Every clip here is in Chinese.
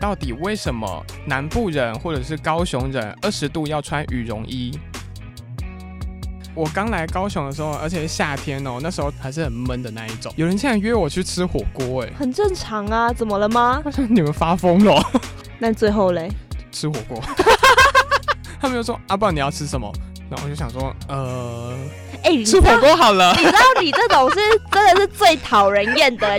到底为什么南部人或者是高雄人二十度要穿羽绒衣？我刚来高雄的时候，而且是夏天哦，那时候还是很闷的那一种。有人竟然约我去吃火锅，哎，很正常啊，怎么了吗？他说你们发疯了哦， 那最后嘞，吃火锅。他们就说阿爸你要吃什么？然后我就想说，呃，哎、你吃知火道锅好了。你知道你这种是真的是最讨人厌的。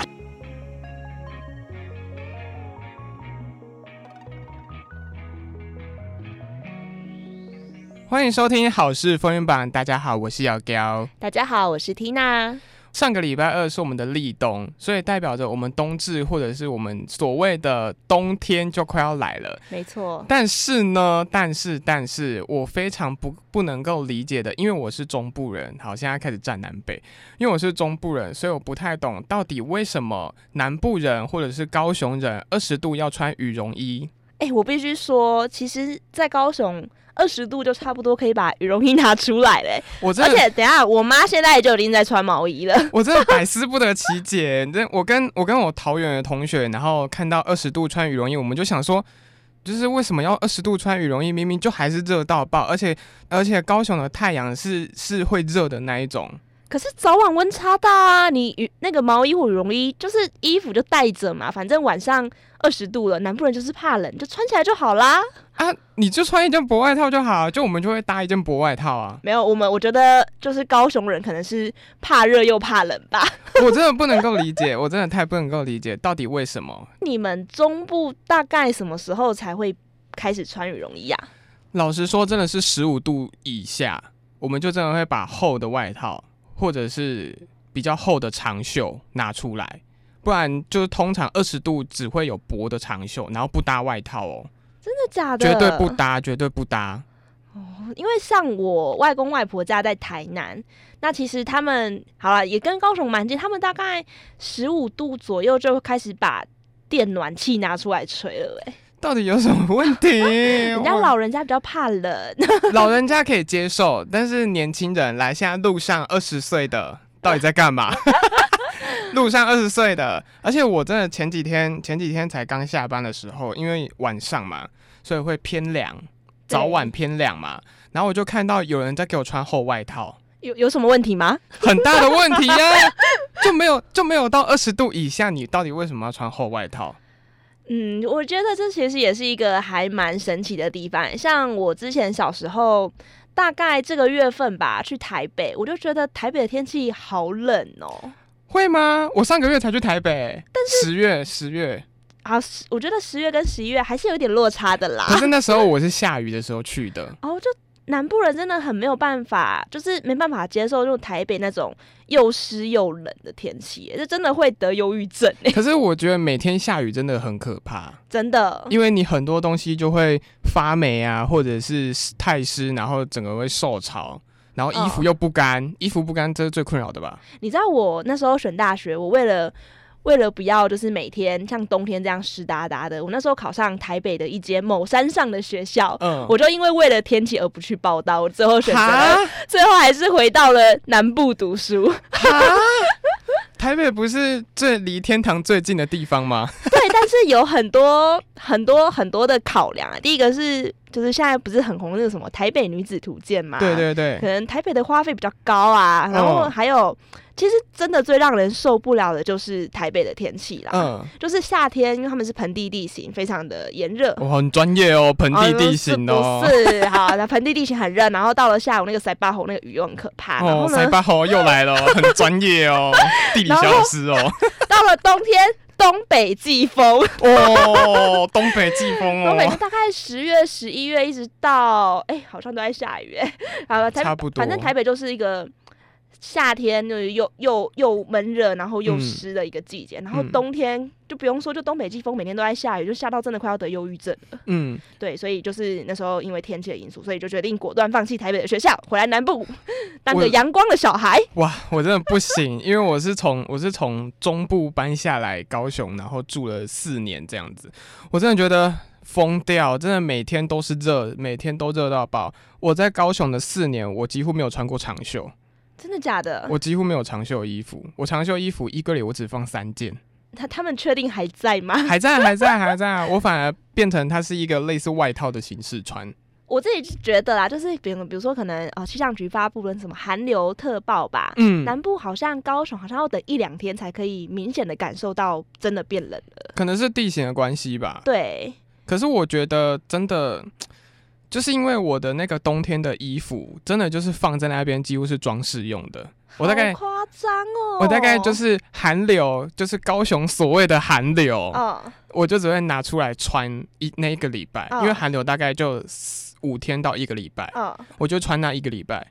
欢迎收听《好事风云榜》，大家好，我是姚彪。 大家好，我是 Tina。上个礼拜二是我们的立冬，所以代表着我们冬至或者是我们所谓的冬天就快要来了。没错，但是呢，但是但是我非常不不能够理解的，因为我是中部人，好，现在开始站南北，因为我是中部人，所以我不太懂到底为什么南部人或者是高雄人二十度要穿羽绒衣。哎、我必须说，其实，在高雄二十度就差不多可以把羽绒衣拿出来嘞、我真而的且等一下，我妈现在就已经在穿毛衣 了。 我真的百思不得其解。这我跟我跟我桃园的同学，然后看到二十度穿羽绒衣，我们就想说，就是为什么要二十度穿羽绒衣？明明就还是热到爆，而且而且高雄的太阳是是会热的那一种。可是早晚温差大啊，你羽那个毛衣或羽绒衣，就是衣服就带着嘛，反正晚上二十度了，南部人就是怕冷，就穿起来就好啦。啊，你就穿一件薄外套就好，啊就我们就会搭一件薄外套啊。没有，我们我觉得就是高雄人可能是怕热又怕冷吧。 我真的不能够理解，我真的太不能够理解，到底为什么？你们中部大概什么时候才会开始穿羽绒衣啊？老实说，真的是十五度以下，我们就真的会把厚的外套或者是比较厚的长袖拿出来，不然就是通常二十度只会有薄的长袖，然后不搭外套哦，真的假的？绝对不搭，绝对不搭。因为像我外公外婆家在台南，那其实他们好了，也跟高雄蛮近，他们大概十五度左右就开始把电暖气拿出来吹了、欸。到底有什么问题？ 人家我老人家比较怕冷， 老人家可以接受，但是年轻人来，现在路上二十岁的到底在干嘛？路上二十岁的，而且我真的前几天前几天才刚下班的时候，因为晚上嘛，所以会偏凉，早晚偏凉嘛。然后我就看到有人在给我穿厚外套，有有什么问题吗？很大的问题呀、就没有就没有到二十度以下，你到底为什么要穿厚外套？嗯，我觉得这其实也是一个还蛮神奇的地方。欸像我之前小时候，大概这个月份吧，去台北，我就觉得台北的天气好冷哦。会吗？我上个月才去台北，十月十月，啊，十我觉得十月跟十一月还是有点落差的啦可。是那时候我是下雨的时候去的。哦，就南部人真的很没有办法，就是没办法接受就台北那种又湿又冷的天气，这真的会得忧郁症哎，可是我觉得每天下雨真的很可怕，真的。因为你很多东西就会发霉啊，或者是太湿，然后整个会受潮，然后衣服嗯又不干，衣服不干这是最困扰的吧？你知道我那时候选大学，我为了为了不要就是每天像冬天这样湿哒哒的，我那时候考上台北的一间某山上的学校，嗯，我就因为为了天气而不去报到，我最后选择了哈 最后还是回到了南部读书。 哈，台北不是最离天堂最近的地方吗？对，但是有很多很多很多的考量啊。第一个是就是现在不是很红那个什么台北女子图鉴嘛？对对对可，能台北的花费比较高啊，然后嗯还有，其实真的最让人受不了的就是台北的天气啦。嗯，就是夏天，因为他们是盆地地形，非常的炎热。我很专业哦，盆地地形哦哦，。是不是好，那盆地地形很热，然后到了下午那个塞巴侯那个雨又很可怕，啊然哦后，塞呢，巴侯又来了 哦，很专业哦，地理小老师哦，到了冬天东北季风，哦，东北季风东北哦，大概十月、十一月一直到哎、好像都在下雨 哎、好了，台差不多反正台北就是一个夏天就是又又又闷热，然后又嗯湿的一个季节，然后嗯冬天就不用说，就东北季风每天都在下雨，就下到真的快要得忧郁症。嗯。对，所以就是那时候因为天气的因素，所以就决定果断放弃台北的学校，回来南部当我个阳光的小孩。哇， 我真的不行，因为我是从我是从中部搬下来高雄，然后住了四年这样子，我真的觉得疯掉，真的每天都是热，每天都热到爆。我在高雄的四年，我几乎没有穿过长袖，真的假的？我几乎没有长袖衣服，我长袖衣服一个礼我只放三件，他他们确定还在吗？ 还在，还在，还在啊！ 我反而变成它是一个类似外套的形式穿。我自己是觉得啦，就是比如比如说可能呃气象局发布了什么寒流特报吧，嗯，南部好像高雄好像要等一两天才可以明显的感受到真的变冷了。可能是地形的关系吧。对，可是我觉得真的，就是因为我的那个冬天的衣服，真的就是放在那边几乎是装饰用的。我大概好夸张哦，我大概就是寒流，就是高雄所谓的寒流，哦，我就只会拿出来穿一那一个礼拜，哦因为寒流大概就四五天到一个礼拜，哦，我就穿那一个礼拜，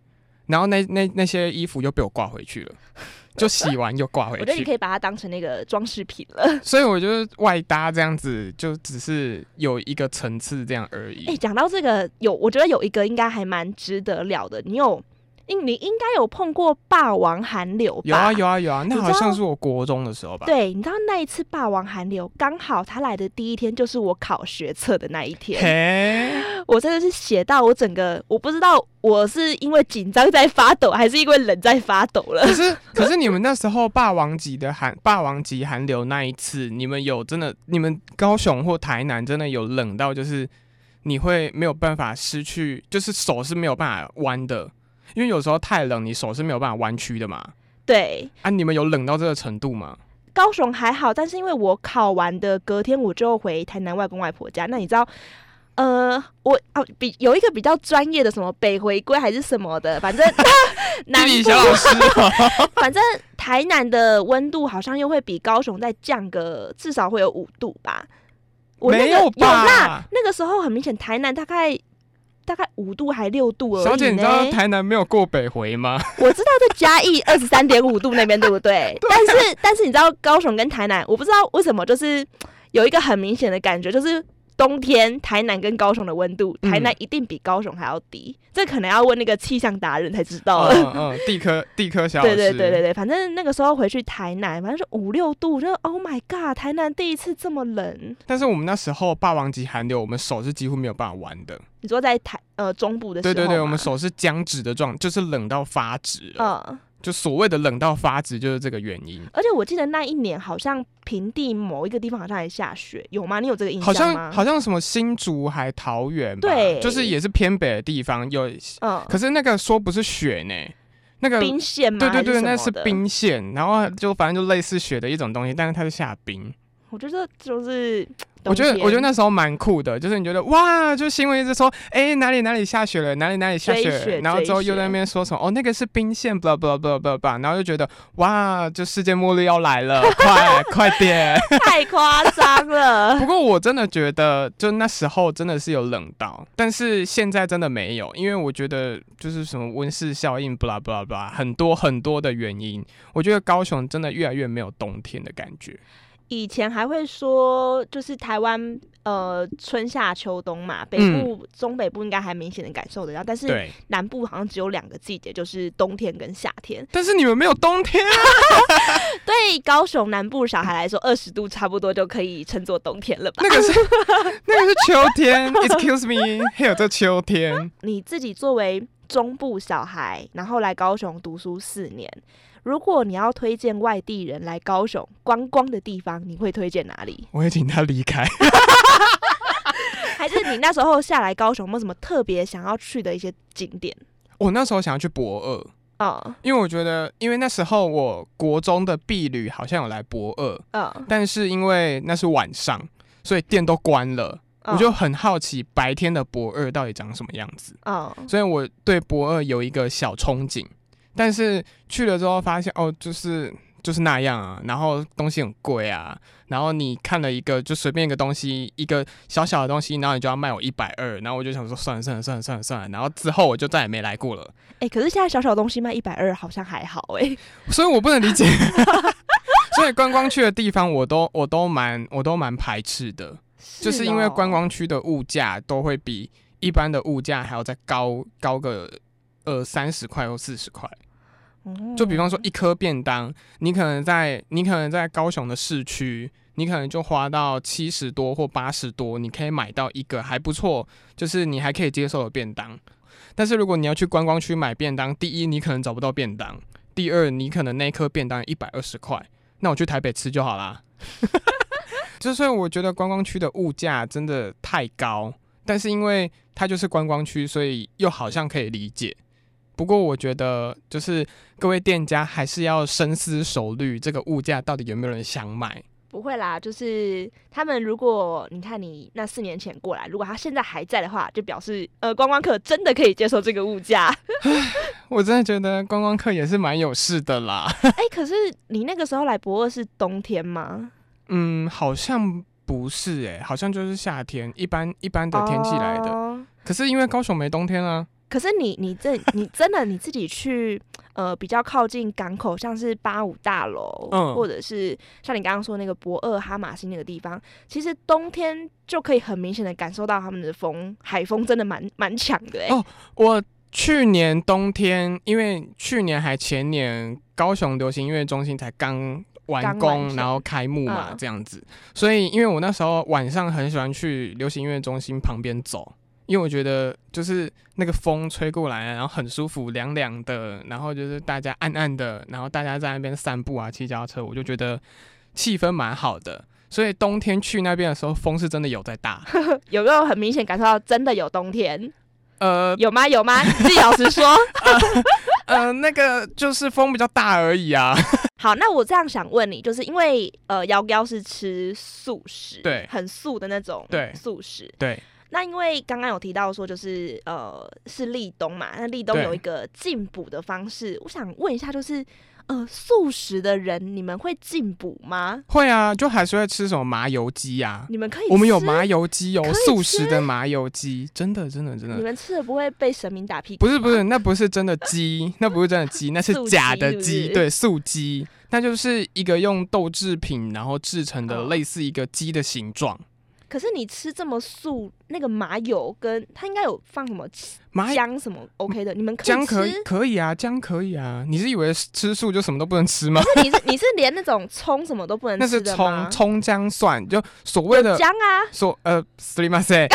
然后那那那些衣服又被我挂回去了， 就洗完又挂回我觉得你去，可以把它当成那个装饰品了。所以我就是外搭这样子，就只是有一个层次这样而哎、已。讲到这个，有我觉得有一个应该还蛮值得聊的，你有，应你应该有碰过霸王寒流吧？有啊有啊有啊，你那知好像道是我国中的时候吧。对，你知道那一次霸王寒流，刚好他来的第一天就是我考学测的那一天，嘿，我真的是写到我整个，我不知道我是因为紧张在发抖，还是因为冷在发抖了。 可是可是你们那时候霸王级的寒霸王级寒流那一次，你们有真的你们高雄或台南真的有冷到就是你会没有办法失去，就是手是没有办法弯的，因为有时候太冷，你手是没有办法弯曲的嘛。对，啊，你们有冷到这个程度吗？高雄还好，但是因为我考完的隔天我就回台南外公外婆家，那你知道？呃，我啊，比有一个比较专业的什么北回归还是什么的，反正 南地理部小老师哦、 反正台南的温度好像又会比高雄再降个至少会有五度吧。我那个没有吧啦，那个时候很明显，台南大概大概五度还六度而已呢。小姐，你知道台南没有过北回吗？我知道在嘉义二十三点五度那边对不 对？啊但是但是你知道高雄跟台南，我不知道为什么就是有一个很明显的感觉，就是冬天台南跟高雄的温度，嗯台南一定比高雄还要低。这可能要问那个气象达人才知 道了。嗯嗯，地科地科小老对师，哦对对对对，反正那个时候回去台南，反正是五六度，就 Oh my God，台南第一次这么冷。但是我们那时候霸王级寒流，我们手是几乎没有办法弯的。你说在台呃中部的时候对吗，对对，我们手是僵直的状，就是冷到发直了。嗯，就所谓的冷到发直，就是这个原因。而且我记得那一年好像平地某一个地方好像还下雪，有吗？你有这个印好象像吗？好像什么新竹还桃园吧，对就是也是偏北的地方有，嗯，可是那个说不是雪呢，那个冰线吗？呃对对对，那还是什么的。嗯冰线，然后就反正就类似雪的一种东西，但是它是下冰。我觉得就是，我觉得冬天我觉得那时候蛮酷的，就是你觉得哇，就新闻一直说，哎、哪里哪里下雪了，哪里哪里下雪追雪了，然后之后追雪又在那边说什么哦，那个是冰线，blah blah blah blah blah，然后就觉得哇，就世界末日要来了，快 快点！太夸张了。 不过我真的觉得，就那时候真的是有冷到，但是现在真的没有，因为我觉得就是什么温室效应，blah blah blah，很多很多的原因，我觉得高雄真的越来越没有冬天的感觉。以前还会说，就是台湾呃春夏秋冬嘛，北嗯部、中北部应该还明显的感受得到，但是对，南部好像只有两个季节，就是冬天跟夏天。但是你们没有冬天啊。对高雄南部小孩来说，二十度差不多就可以称作冬天了吧？那个是 那个是秋天，Excuse me，还有这秋天，你自己作为中部小孩，然后来高雄读书四年，如果你要推荐外地人来高雄观光的地方，你会推荐哪里？ 我会请他离开。 还是你那时候下来高雄有没有什么特别想要去的一些景点？我那时候想要去博二，嗯因为我觉得，因为那时候我国中的婢旅好像有来博二，嗯，但是因为那是晚上，所以店都关了。嗯我就很好奇白天的博二到底长什么样子，嗯所以我对博二有一个小憧憬，但是去了之后发现哦，就是就是那样啊，然后东西很贵啊，然后你看了一个就随便一个东西，一个小小的东西，然后你就要卖我一百二，然后我就想说算了算了算了算了算了，然后之后我就再也没来过了，哎、可是现在小小东西卖一百二，好像还好哎、 所以我不能理解，所以观光区的地方我都我都蛮我都蛮排斥的，就是因为哦观光区的物价都会比一般的物价还要再高高个呃三十块或四十块。嗯就比方说一颗便当，你可能在你可能在高雄的市区，你可能就花到七十多或八十多，你可以买到一个还不错，就是你还可以接受的便当。但是如果你要去观光区买便当，第一你可能找不到便当，第二你可能那颗便当一百二十块，那我去台北吃就好啦。 就所以我觉得观光区的物价真的太高，但是因为它就是观光区，所以又好像可以理解。不过我觉得，就是各位店家还是要深思熟虑，这个物价到底有没有人想买？不会啦，就是他们如果你看你那四年前过来，如果他现在还在的话，就表示呃观光客真的可以接受这个物价。我真的觉得观光客也是蛮有事的啦。哎、可是你那个时候来博二是冬天吗？嗯，好像不是诶、好像就是夏天，一般一般的天气来的。哦可是因为高雄没冬天啊，可是你你这你真的你自己去呃比较靠近港口，像是八五大楼，嗯或者是像你刚刚说那个博二哈马星那个地方，其实冬天就可以很明显的感受到他们的风海风真的蛮蛮强的哎、哦我去年冬天，因为去年还前年高雄流行音乐中心才刚完刚完工，成然后开幕嘛，嗯这样子。所以因为我那时候晚上很喜欢去流行音乐中心旁边走。因为我觉得就是那个风吹过来，啊然后很舒服，凉凉的，然后就是大家暗暗的，然后大家在那边散步啊，骑脚踏车，我就觉得气氛蛮好的。所以冬天去那边的时候，风是真的有在大。有没有很明显感受到真的有冬天？呃，有吗？有吗？你自己老实说。 呃，那个就是风比较大而已啊。好，那我这样想问你，就是因为呃，幺幺是吃素食，对很素的那种，对素食，对。那因为刚刚有提到说，就是呃，是立冬嘛，那立冬对有一个进补的方式，我想问一下，就是呃，素食的人你们会进补吗？会啊，就还是会吃什么麻油鸡啊。你们可以，我们有，麻油鸡，有可以素食的麻油鸡，真的，真的，真你的，们吃了不会被神明打屁股？不是不是，那不是真的 鸡，那不是真的鸡，那是素鸡假的是不鸡，是对，素鸡，那就是一个用豆制品然后制成的哦类似一个鸡的形状。可是你吃这么素，那个麻油跟它应该有放什么麻姜什么 OK 的，你们可以嗯姜吃。可以可以啊，姜可以啊，你是以为吃素就什么都不能吃吗？那你是你是连那种葱什么都不能那吃是的葱吗？葱姜蒜，就所谓的姜啊，说呃 s l i m a s e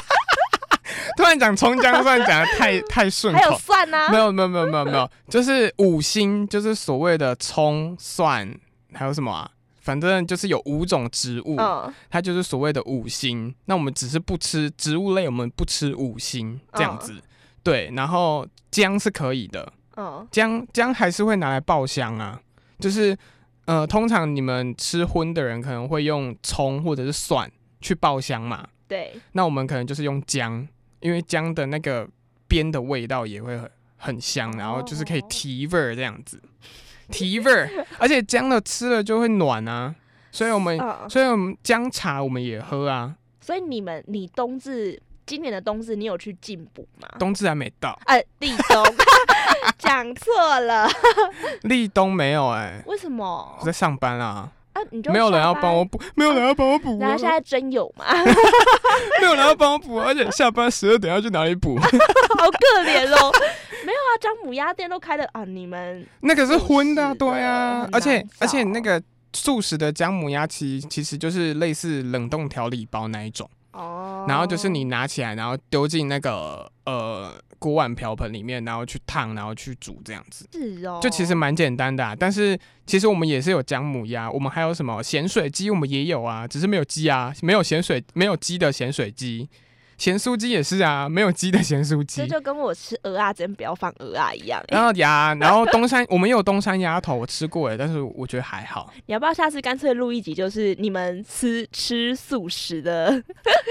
突然讲葱姜蒜讲的 太太顺还有口，蒜啊没，有没有没有没有没有，就是五星，就是所谓的葱蒜，还有什么啊？反正就是有五种植物，嗯，它就是所谓的五星。那我们只是不吃植物类，我们不吃五星这样子。对，然后姜是可以的，嗯，姜姜还是会拿来爆香啊，就是呃，通常你们吃荤的人可能会用葱或者是蒜去爆香嘛，对，那我们可能就是用姜，因为姜的那个边的味道也会很很香，然后就是可以哦提味儿这样子，提味儿，而且姜的吃了就会暖啊，所以我们嗯，所以我们姜茶我们也喝啊，所以你们你冬至今年的冬至，你有去进补吗？冬至还没到，呃，立 冬，讲错了，立冬没有哎、为什么我？在上班啊，啊，你就没有人要下班哦帮我，补，没有人要帮我补、然啊后。现在真有嘛， 没有人要帮我补，而且下班十二点要去哪里 补？ 好可怜 哦。没有啊，姜母鸭店都开的啊，你们那个是荤的啊、素食的对啊很，而且难而且找那个素食的姜母鸭其其实就是类似冷冻调理包那一种，哦，然后就是你拿起来，然后丢进那个呃锅碗瓢盆里面，然后去烫，然后去煮这样子，是哦，就其实蛮简单的、啊。但是其实我们也是有姜母鸭，我们还有什么咸水鸡，我们也有啊，只是没有鸡啊，没有咸水没有鸡的咸水鸡，咸酥鸡也是啊，没有鸡的咸酥鸡这。就跟我吃鹅啊，真不要放鹅啊一样。然后呀，然后东山，我们也有东山鸭头，我吃过哎，但是我觉得还好。你要不要下次干脆录一集，就是你们吃吃素食的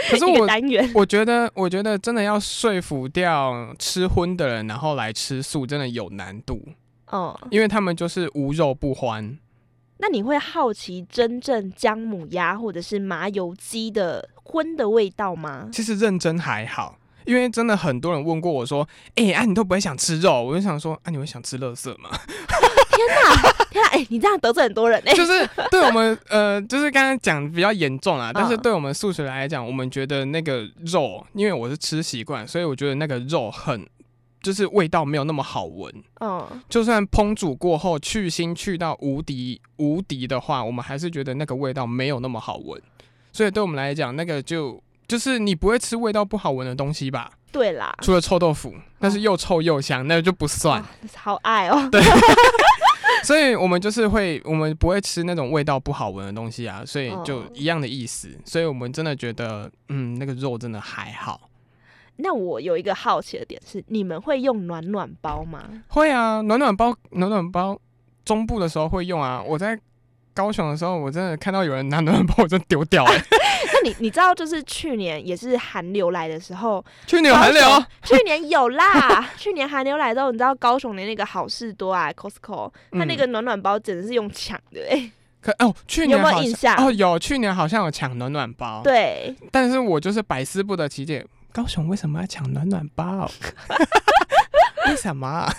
可是 一个我单元？我觉得，我觉得真的要说服掉吃荤的人，然后来吃素，真的有难度，哦、因为他们就是无肉不欢。那你会好奇真正姜母鸭或者是麻油鸡的荤的味道吗？ 其实认真还好，因为真的很多人问过我说：“哎、啊，你都不会想吃肉？”我就想说：“啊，你会想吃垃圾吗？”天哪，天哪！哎、你这样得罪很多人哎、就是对我们呃，就是刚刚讲比较严重啊，但是嗯对我们素食来讲，我们觉得那个肉，因为我是吃习惯，所以我觉得那个肉很，就是味道没有那么好闻。嗯，就算烹煮过后去腥去到无敌无敌的话，我们还是觉得那个味道没有那么好闻。所以对我们来讲，那个就就是你不会吃味道不好闻的东西吧？对啦，哦除了臭豆腐，但是又臭又香，那就不算。好爱哦。 所以我们就是会，我们不会吃那种味道不好闻的东西啊，所以就哦一样的意思。所以我们真的觉得，嗯，那个肉真的还好。 那我有一个好奇的点是，你们会用暖暖包吗？ 会啊，暖暖包，暖暖包，中部的时候会用啊。嗯我在高雄的时候，我真的看到有人拿暖暖包，我就丢掉、欸。那你你知道，就是去年也是寒流来的时候，去纽寒流，高雄。去年有啦，去年寒流来之后，你知道高雄的那个好事多啊，Costco，它那嗯个暖暖包简直是用抢的、欸，可哦，去有年没有好印像象哦，有去年好像有抢暖暖包，，对，但是我就是百思不得其解，高雄为什么要抢暖暖包？为什么啊？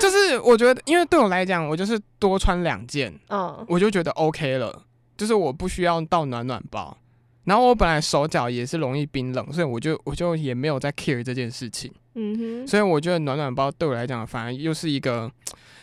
就是我觉得，因为对我来讲，我就是多穿两件，嗯，我就觉得 OK 了，就是我不需要到暖暖包。然后我本来手脚也是容易冰冷，所以我就我就也没有在 care 这件事情，嗯哼，所以我觉得暖暖包对我来讲，反而又是一个，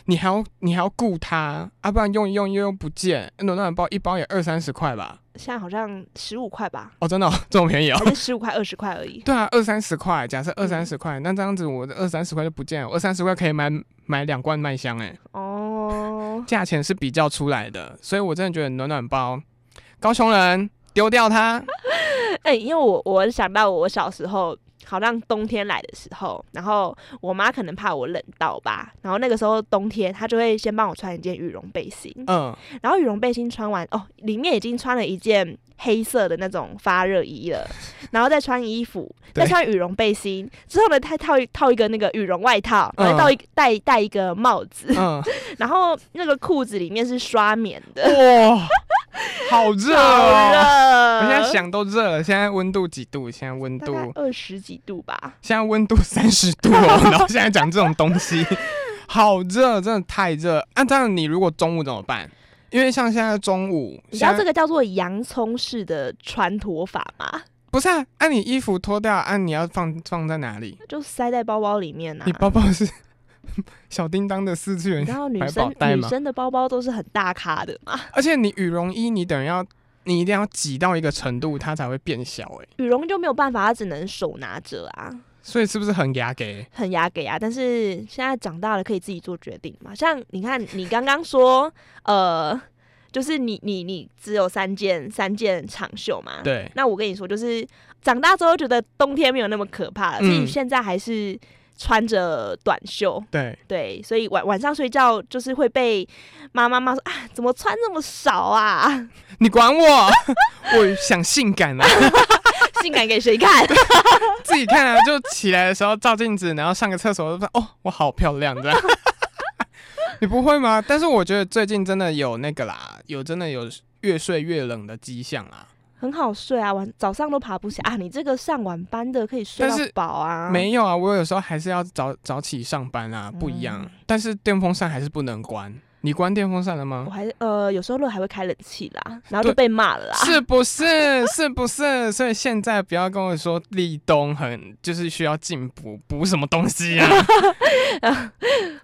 你还要你还要顾它，啊，不然用一用又用不见，暖暖包一包也二三十块吧，现在好像十五块吧，哦，真的、哦、这么便宜哦，还是十五块、二十块而已。对啊，二三十块，假设二三十块，那这样子我的二三十块就不见了，二三十块可以买买两罐麦香、欸，哎，哦，价钱是比较出来的，所以我真的觉得暖暖包，高雄人丢掉它， 哎、因为我我想到我小时候。好像冬天来的时候，然后我妈可能怕我冷到吧，然后那个时候冬天，她就会先帮我穿一件羽绒背心，嗯， 然后羽绒背心穿完哦，里面已经穿了一件黑色的那种发热衣了，然后再穿衣服，对再穿羽绒背心之后呢，再套一套一个那个羽绒外套，嗯然后戴一戴戴一个帽子， 嗯，然后那个裤子里面是刷棉的，哇，好热好哦！热，我现在想都热了，现在温度几度？现在温大概度，二十几度吧，现在温度三十度 哦，然后现在讲这种东西，好热，真的太热。啊，这样你如果中午怎么办？因为像现在中午，你知道现在这个叫做洋葱式的穿脱法吗？不是啊，按、你衣服脱掉，按、你要放放在哪里？就塞在包包里面啊你。包包是 小叮当的四次元，然后女百宝生袋女吗生的包包都是很大咖的嘛，而且你羽绒衣你等于要你一定要挤到一个程度，它才会变小哎、羽绒就没有办法，她只能手拿着啊。所以是不是很牙给？很牙给啊，但是现在长大了可以自己做决定嘛。像你看，你刚刚说，呃，就是你你你只有三件三件长袖嘛。。对，那我跟你说，就是长大之后觉得冬天没有那么可怕了，所以嗯现在还是穿着短袖。对，对，所以晚晚上睡觉就是会被妈妈骂说啊，怎么穿这么少啊？你管我， 我想性感啊，性感给谁看？ 自己看啊，就起来的时候照镜子，然后上个厕所，就说哦，我好漂亮这样。 你不会吗？但是我觉得最近真的有那个啦，有真的有越睡越冷的迹象啊啦。很好睡啊，晚早上都爬不起来啊。你这个上晚班的可以睡到但是饱啊。没有啊，我有时候还是要早早起上班啊，不一样。嗯但是电风扇还是不能关，你关电风扇了我吗？还呃有时候热还会开冷气啦，然后对就被骂了啦。是不是？是不是？所以现在不要跟我说立冬很就是需要进补补什么东西啊！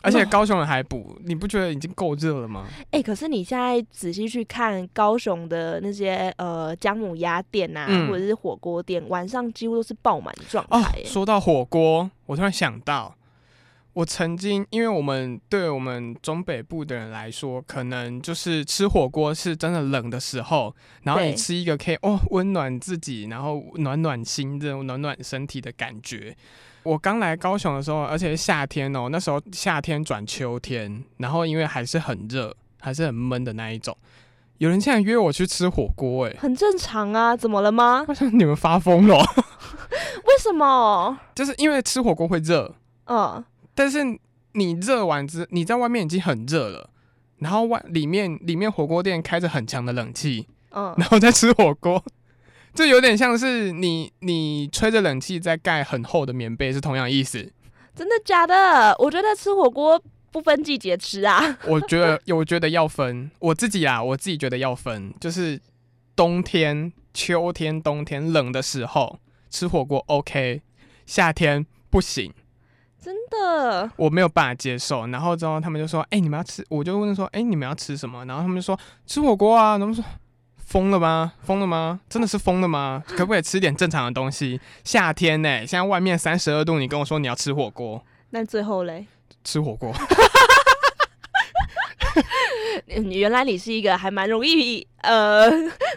而且高雄人还补，你不觉得已经够热了吗？ 哎、可是你现在仔细去看高雄的那些呃姜母鸭店啊，嗯或者是火锅店，晚上几乎都是爆满状态、哦欸，说到火锅，我突然想到，我曾经因为我们对我们中北部的人来说，可能就是吃火锅是真的冷的时候，然后你对吃一个可以哦温暖自己，然后暖暖心这种暖暖身体的感觉。我刚来高雄的时候，而且是夏天哦，那时候夏天转秋天，然后因为还是很热，还是很闷的那一种。有人竟然约我去吃火锅、欸，哎， 很正常啊，怎么了吗？我想你们发疯了哦，为什么？就是因为吃火锅会热，嗯，但是你热完之，你在外面已经很热了，然后外里面里面火锅店开着很强的冷气，嗯，然后再吃火锅， 这有点像是你你吹着冷气在盖很厚的棉被是同样意思。真的假的？我觉得吃火锅不分季节吃啊。 我觉得 有我觉得要分，我自己啊，我自己觉得要分，就是冬天、秋天、冬天冷的时候吃火锅 OK，夏天不行。真的，我没有办法接受。然后之后他们就说：“哎、你们要吃？”我就问说：“哎、你们要吃什么？”然后他们就说：“吃火锅啊。”然后我说：“疯了吗？疯了吗？真的是疯了吗？可不可以吃点正常的东西？夏天呢、现在外面三十二度，你跟我说你要吃火锅， 那最后嘞，吃火锅。”嗯原来你是一个还蛮容易 呃，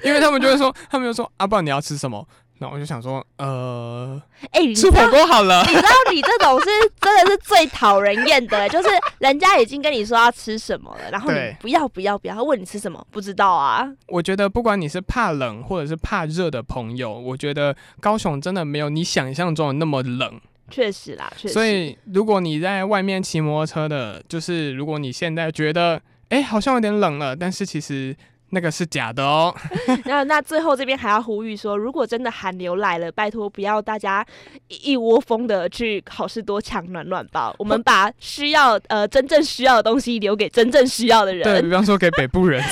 因为他们就会说，他们就说阿爸你要吃什么？那我就想说，呃，哎、你知吃道火锅好了。 你知道你这种是真的是最讨人厌的， 就是人家已经跟你说要吃什么了，然后你对不要不要不要，他问你吃什么，不知道啊。我觉得不管你是怕冷或者是怕热的朋友，我觉得高雄真的没有你想象中的那么冷。确实啦，确实。所以如果你在外面骑摩托车的，就是如果你现在觉得哎、诶好像有点冷了，但是其实那个是假的哦。 那那最后这边还要呼吁说，如果真的寒流来了，拜托不要大家一一窝蜂的去好事多抢暖暖包，我们哦把需要呃真正需要的东西留给真正需要的对人。比方说给北部 人，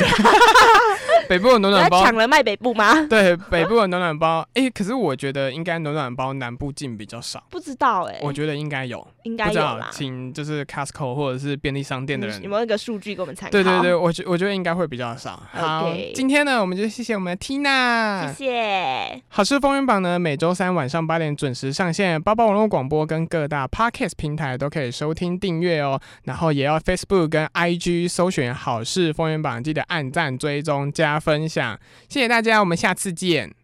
北部的暖不暖要包抢了卖北 部吗？对，北部的暖暖包，哎、可是我觉得应该暖暖包南部进比较少，不知道哎、我觉得应该有，应不该知有道啦，。请就是 Costco 或者是便利商店的人有。没有那个数据给我们参考？对对对，我觉我觉得应该会比较少。好 OK 今天呢，我们就谢谢我们的 Tina，谢谢，好事风云榜呢，每周三晚上八点准时上线，包包网络广播跟各大 podcast 平台都可以收听订阅哦。然后也要 Facebook 跟 IG 搜寻好事风云榜，记得按赞、追踪、加分享，谢谢大家，我们下次见。